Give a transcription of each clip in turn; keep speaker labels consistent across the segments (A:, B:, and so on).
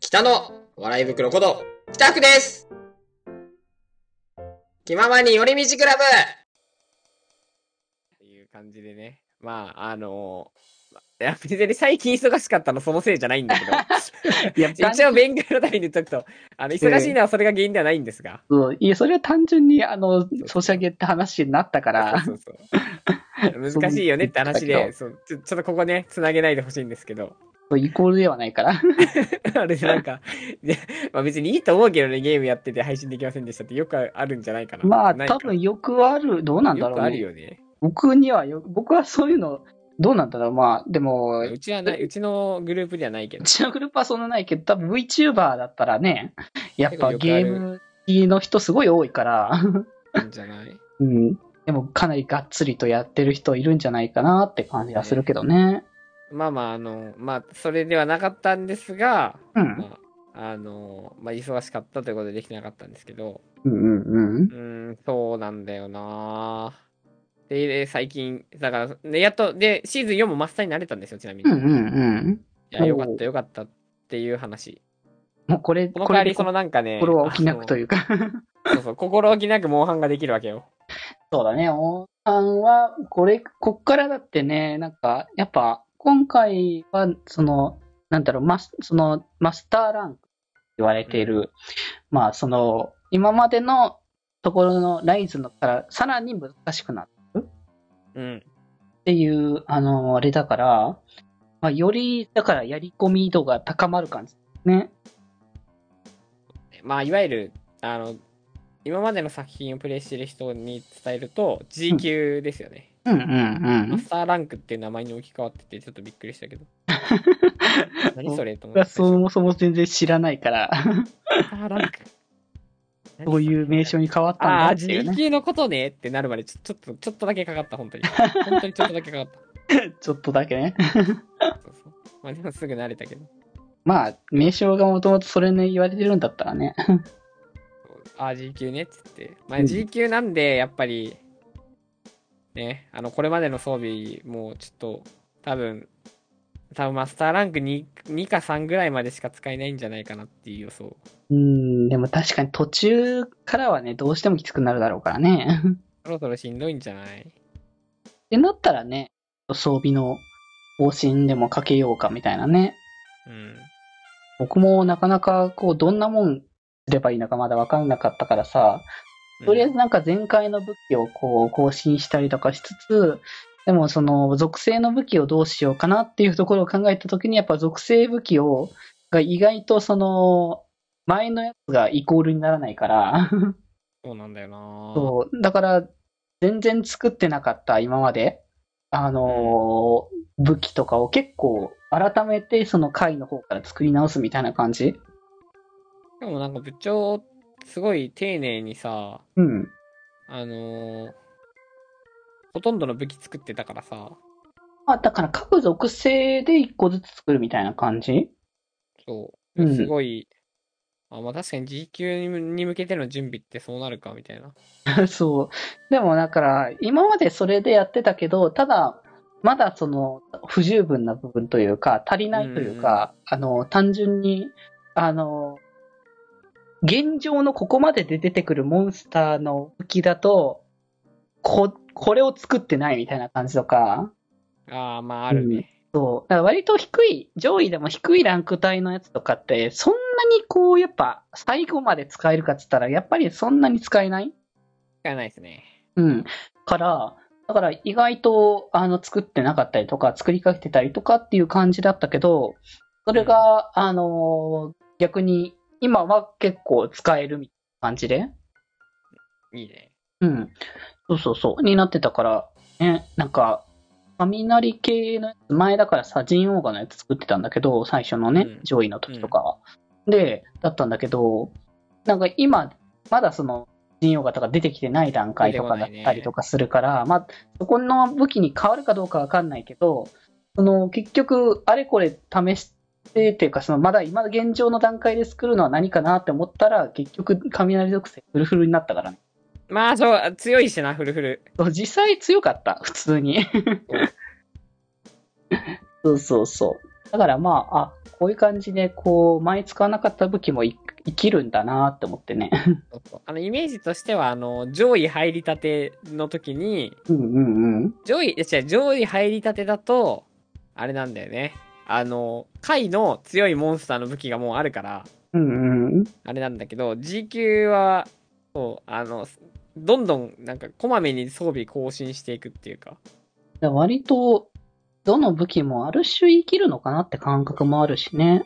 A: 北の笑い袋こと、北区です気ままに寄り道クラブ
B: っていう感じでね。まあ、あのいや、別に最近忙しかったのそのせいじゃないんだ け
C: いや、
B: ど、
C: 単
B: 一応弁解のために言っとくと、あの、忙しいのはそれが原因ではないんですが。
C: そういや、それは単純に、あの、ソシャゲって話になった から、
B: そうそうそう難しいよねって話で、そうちょちょっとここね、つなげないでほしいんですけど。
C: イコールではないから。
B: あれなんか、いやまあ別にいいと思うけどね、ゲームやってて配信できませんでしたってよくあるんじゃないかな。
C: まあ、
B: ないか
C: 多分よくある、どうなんだ
B: よ
C: ろ
B: く
C: う
B: ある
C: ね。
B: よね。
C: 僕にはよ、僕はそういうの、どうなんだろう。まあ、でも、
B: うちはない、うちのグループではないけ
C: う
B: ど。
C: ちのグループはそんなないけど、多分 VTuber だったらね、やっ
B: 結
C: ぱ
B: 構よ
C: ゲ
B: くあ
C: ームの人すごい多いから、
B: んじゃない
C: うん。でもかなりがっつりとやってる人いるんじゃないかなって感じがするけどね。
B: まあまあ、あの、まあ、それではなかったんですが、
C: うん。
B: まあ、あの、まあ、忙しかったということでできてなかったんですけど、
C: うんうんうん
B: う。ーん、そうなんだよなで、で最近、だから、ね、やっと、で、シーズン4も真っ最になれたんですよ、ちなみ
C: うん
B: に。
C: うん
B: い
C: うん。
B: や、よかった、よかったっていう話。
C: もうこれ、
B: この
C: こ
B: 代わ
C: れで
B: り、そのなんかね、
C: 心は起きなくというか。
B: あの そうそう、心置きなくモンハンができるわけよ。
C: そうだね、王さんは、これ、こっからだってね、なんか、やっぱ、今回は、その、なんだろう、マス、その、マスターランクって言われている、まあ、その、今までのところのライズのから、さらに難しくなったっ
B: うん。
C: ていう、あの、あれだから、まあ、より、だから、やり込み度が高まる感じですね。
B: まあ、いわゆる、あの、今までの作品をプレイしてる人に伝えると、G 級ですよね。
C: うんうんう
B: マ
C: ん
B: ス。ターランクっていう名前に置き換わってて、ちょっとびっくりしたけ ど。何それと
C: 僕
B: 思っ
C: は
B: て。最初
C: そもそも全然知らない から、
B: マスターランク。
C: どういう名称に変わったん
B: あ
C: だ
B: あ、
C: っていう
B: G
C: ね。
B: 級のことねってなるまでちょ、ちょっと、ちょっとだけかかった、本当に。本当にちょっとだけかかっ
C: ちょっとだけね。
B: た。そうそう。まあでもすぐ慣れたけど。
C: まあ、名称がもともとそれね、言われてるんだったらね。
B: ああ、G 級ねっつって。ま
C: う
B: あ
C: ん
B: G 級なんで、やっぱり、ね、あの、これまでの装備、もうちょっと、多分、多分マスターランク 2, 2か3ぐらいまでしか使えないんじゃないかなっていう予想。
C: うん、でも確かに途中からはね、どうしてもきつくなるだろうからね。
B: そろそろしんどいんじゃない
C: ってなったらね、装備の方針でもかけようかみたいなね。
B: うん。
C: 僕もなかなかこう、どんなもんすればいいのかまだわからなかったからさ、とりあえずなんか前回の武器をこう、更新したりとかしつつ、でもその属性の武器をどうしようかなっていうところを考えたときにやっぱ属性武器を、が意外とその、前のやつがイコールにならないから、
B: そうなんだよなぁ
C: そう、だから、全然作ってなかった今まで、あのー武器とかを結構改めてその回の方から作り直すみたいな感じ
B: でもなんか部長、すごい丁寧にさ、
C: うん。
B: あのーほとんどの武器作ってたからさ、
C: まあ、だから各属性で一個ずつ作るみたいな感じ
B: そう。
C: うん
B: すごい、あ、まあ確かに G 級に向けての準備ってそうなるか、みたいな。
C: そう。でもだから、今までそれでやってたけど、ただ、まだその不十分な部分というか、足りないというか、あの、単純に、あの、現状のここまでで出てくるモンスターの武器だと、こ、これを作ってないみたいな感じとか、
B: ああ、まああるね。
C: そう。だから割と低い、上位でも低いランク帯のやつとかって、そんなにこう、やっぱ、最後まで使えるかっつったら、やっぱりそんなに使えない
B: 使えないですね。
C: うん。から、だから意外と、あの、作ってなかったりとか、作りかけてたりとかっていう感じだったけど、それが、あのー逆に、今は結構使えるみたいな感じで、
B: いいね。
C: うん。そうそうそう、になってたから、ね、なんか、雷系のやつ、前だからさ、ジンオーガのやつ作ってたんだけど、最初のね、
B: うん
C: 上位の時とかは。で、だったんだけど、なんか今、まだその、ジンオーガとか出てきてない段階とかだったりとかするから、まあ、そこの武器に変わるかどうかわかんないけど、その、結局、あれこれ試して、っていうか、その、まだ今現状の段階で作るのは何かなって思ったら、結局、雷属性フルフルになったからね。
B: まあそう、強いしな、フルフル。
C: そう実際強かった、普通に。そうそうそう。だからまあ、あ、こういう感じで、こう、前使わなかった武器もい生きるんだなって思ってね。
B: そうそうあの、イメージとしては、あの、上位入りたての時に、
C: うんうんうん。
B: 上位、いや違う、上位入りたてだと、あれなんだよね。あの、下位の強いモンスターの武器がもうあるから、
C: うんうん。
B: あれなんだけど、G 級は、そう、あの、どんどん、なんか、こまめに装備更新していくっていうか。
C: だから割と、どの武器もある種生きるのかなって感覚もあるしね。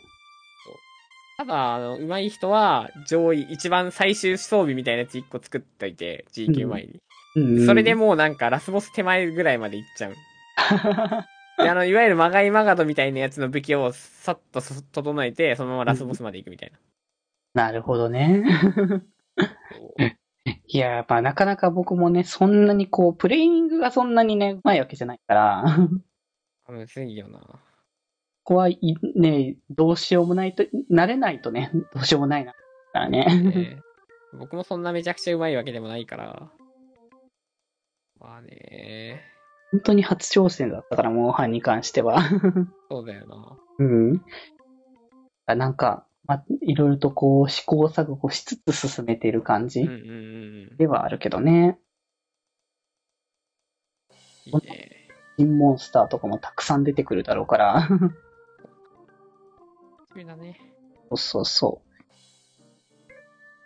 B: ただ、あの、上手い人は、上位、一番最終装備みたいなやつ1個作っといて、G 級前に。
C: うんうん、
B: それでもうなんか、ラスボス手前ぐらいまで行っちゃう。で、あの、いわゆるマガイマガドみたいなやつの武器を、さっとそ整えて、そのままラスボスまで行くみたいな。
C: なるほどね。
B: そう
C: いや、まあなかなか僕もね、そんなにこう、プレイングがそんなにね、うまいわけじゃないから、
B: あむずいよな。
C: ここはい、ね、どうしようもないと、慣れないとね、 どうしようもないな。だからね。
B: ね 僕もそんなめちゃくちゃうまいわけでもないから。まあね。
C: 本当に初挑戦だったから、モンハンに関しては。
B: そうだよな。
C: うん。なんか、まあ、いろいろとこう、試行錯誤しつつ進めている感
B: うんうん
C: じ
B: うんうん。
C: ではあるけどね。
B: いいね。
C: 新モンスターとかもたくさん出てくるだろうから。
B: それだね。
C: そうそうそう。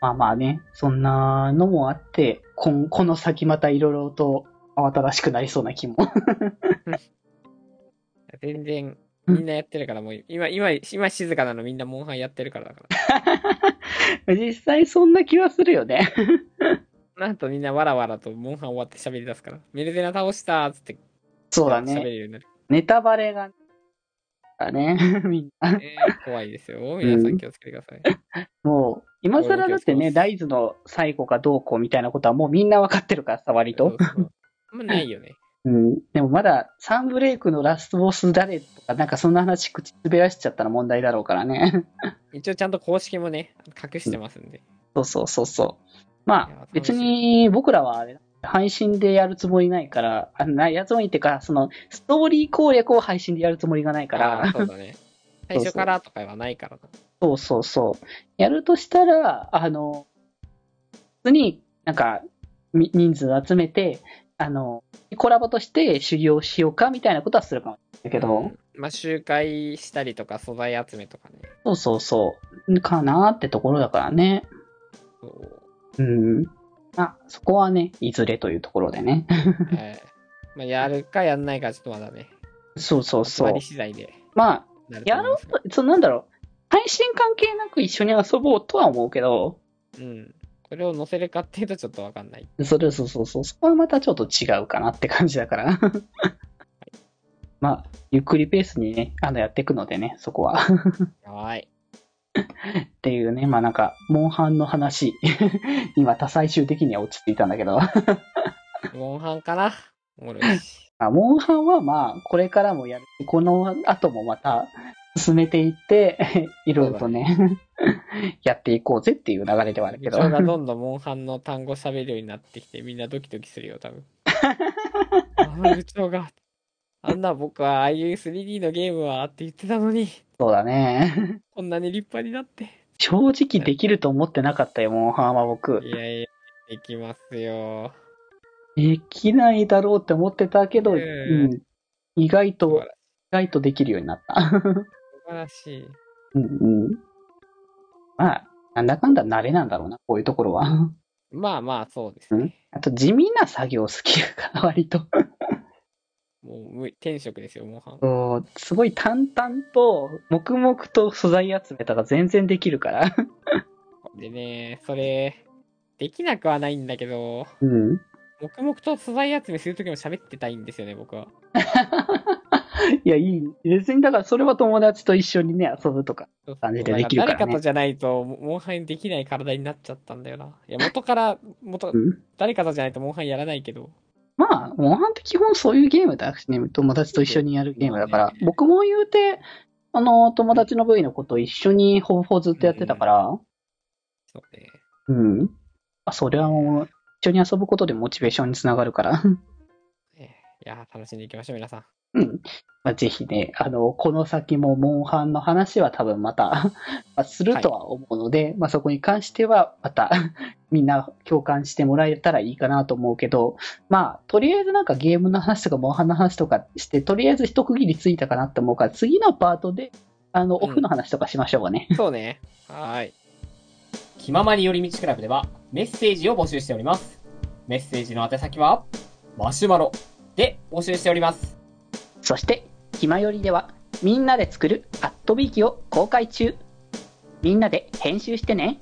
C: まあまあね、そんなのもあって、こんこの先またいろいろと慌ただしくなりそうな気も。
B: 全然、みんなやってるから、もう、今、今、今静かなのみんなモンハンやってるからだから。
C: 実際そんな気はするよね。
B: なんとみんなわらわらとモンハン終わって喋り出すから。メルゼナ倒したーっつって、
C: そうだ
B: 喋
C: ね。
B: れるようになる。
C: ネタバレが、だね、 みんな。
B: ね 怖いですよ。皆さん気をつけてください。
C: もう、今更だって
B: そうで
C: ね、
B: す
C: 大豆の最後がどうこうみたいなことはもうみんなわかってるからさ、割
B: そう
C: と。
B: そうあんまないよね。
C: うん。でもまだ、サンブレイクのラストボス誰とか、なんかそんな話口滑らしちゃったら問題だろうからね。
B: 一応ちゃんと公式もね、隠してますんで。
C: そうそうそうそう。
B: いや
C: まあ
B: 楽し、い
C: 別に僕らはあれ、配信でやるつもりないから、あないやるつもりっていうか、その、ストーリー攻略を配信でやるつもりがないか
B: あー
C: ら、
B: そうだ ね。最初からとかはないからな。
C: そうそうそう。やるとしたら、あの、普通になんか、み人数集めて、あの、コラボとして修行しようかみたいなことはするかもしれないけど、
B: うんまあ、集会したりとか、素材集めとかね。
C: そうそうそう、かなってところだからね。
B: そう。
C: うん。まあ、そこはね、いずれというところでね。
B: はい。まあ、やるかやんないか、ちょっとまだね。
C: そうそう
B: つ
C: そ
B: ま
C: う
B: り。次第で。
C: まあ、
B: なると
C: や
B: 思い
C: ろ
B: ますが
C: うと、そうなんだろう。配信関係なく一緒に遊ぼうとは思うけど、
B: うん。これを載せるかっていうと、ちょっとわかんない。
C: それそうそうそう、そこはまたちょっと違うかなって感じだから。 まあ、ゆっくりペースにね、あの、やっていくのでね、そこは。 っ
B: はい。
C: ていうね、まあなんか、モンハンの話。 今、多最終的には落ち着いたんだけど。
B: モンハンかな。おもろいし。
C: まあ、モンハンはまあ、これからもやる。この後もまた進めていって、 いろいろとね、 やっていこうぜっていう流れではある
B: 部
C: けど。
B: 長がどんどんモンハンの単語喋るようになってきて、みんなドキドキするよ、多分。ああ、部長が。あんな僕はああいう 3D のゲームはって言ってたのに、
C: そうだね。
B: こんなに立派になって。
C: 正直できると思ってなかったよ、モンハンは僕
B: い。やいや、できますよ。
C: できないだろうって思ってたけど、
B: ええ
C: うん、意外
B: 素
C: と、
B: 晴
C: 意
B: ら
C: 外とできるようになった。
B: 素晴らしい。
C: うんうん、まあ、なんだかんだ慣れなんだろうな、こういうところは。
B: まあまあ、そうです
C: うん
B: ね。
C: あと、地味な作業好きだから、割と。
B: もう無、天職ですよ、モンハン。
C: こうすごい淡々と、黙々と素材集めたが全然できるから。
B: でね、それ、できなくはないんだけど、
C: うん。
B: 黙々と素材集めするときも喋ってたいんですよね、僕は。
C: いや、いい。別に、だから、それは友達と一緒にね、遊ぶとか。感じでできるからね
B: なん誰かとじゃないと、モモンハンできない体になっちゃったんだよな。いや、元から、元
C: う、ん。
B: 誰かとじゃないとモンハンやらないけど、
C: まあ、モンハンって基本そういうゲームだしね、友達と一緒にやるゲームだから、僕も言うて、あの、友達の部位のことを一緒にほぼほぼずっとやってたから、
B: そうね。
C: うん。あ、それはもう、一緒に遊ぶことでモチベーションにつながるから。
B: いや、楽しんでいきましょう、皆さん。
C: うん。まあ、ぜひね、あの、この先もモンハンの話は多分また まあ、するとは思うので、まあそこに関してはまた みんな共感してもらえたらいいかなと思うけど、まあとりあえずなんかゲームの話とかモンハンの話とかして、とりあえず一区切りついたかなって思うから、次のパートで、あの、
D: うん
C: オフの話とかしましょうかね。
D: そうね。はーい。
B: 気ままに寄り道クラブではメッセージを募集しております。メッセージの宛先は、マシュマロで募集しております。
C: そして、ひまよりでは、みんなで作るアットビーキを公開中。みんなで編集してね。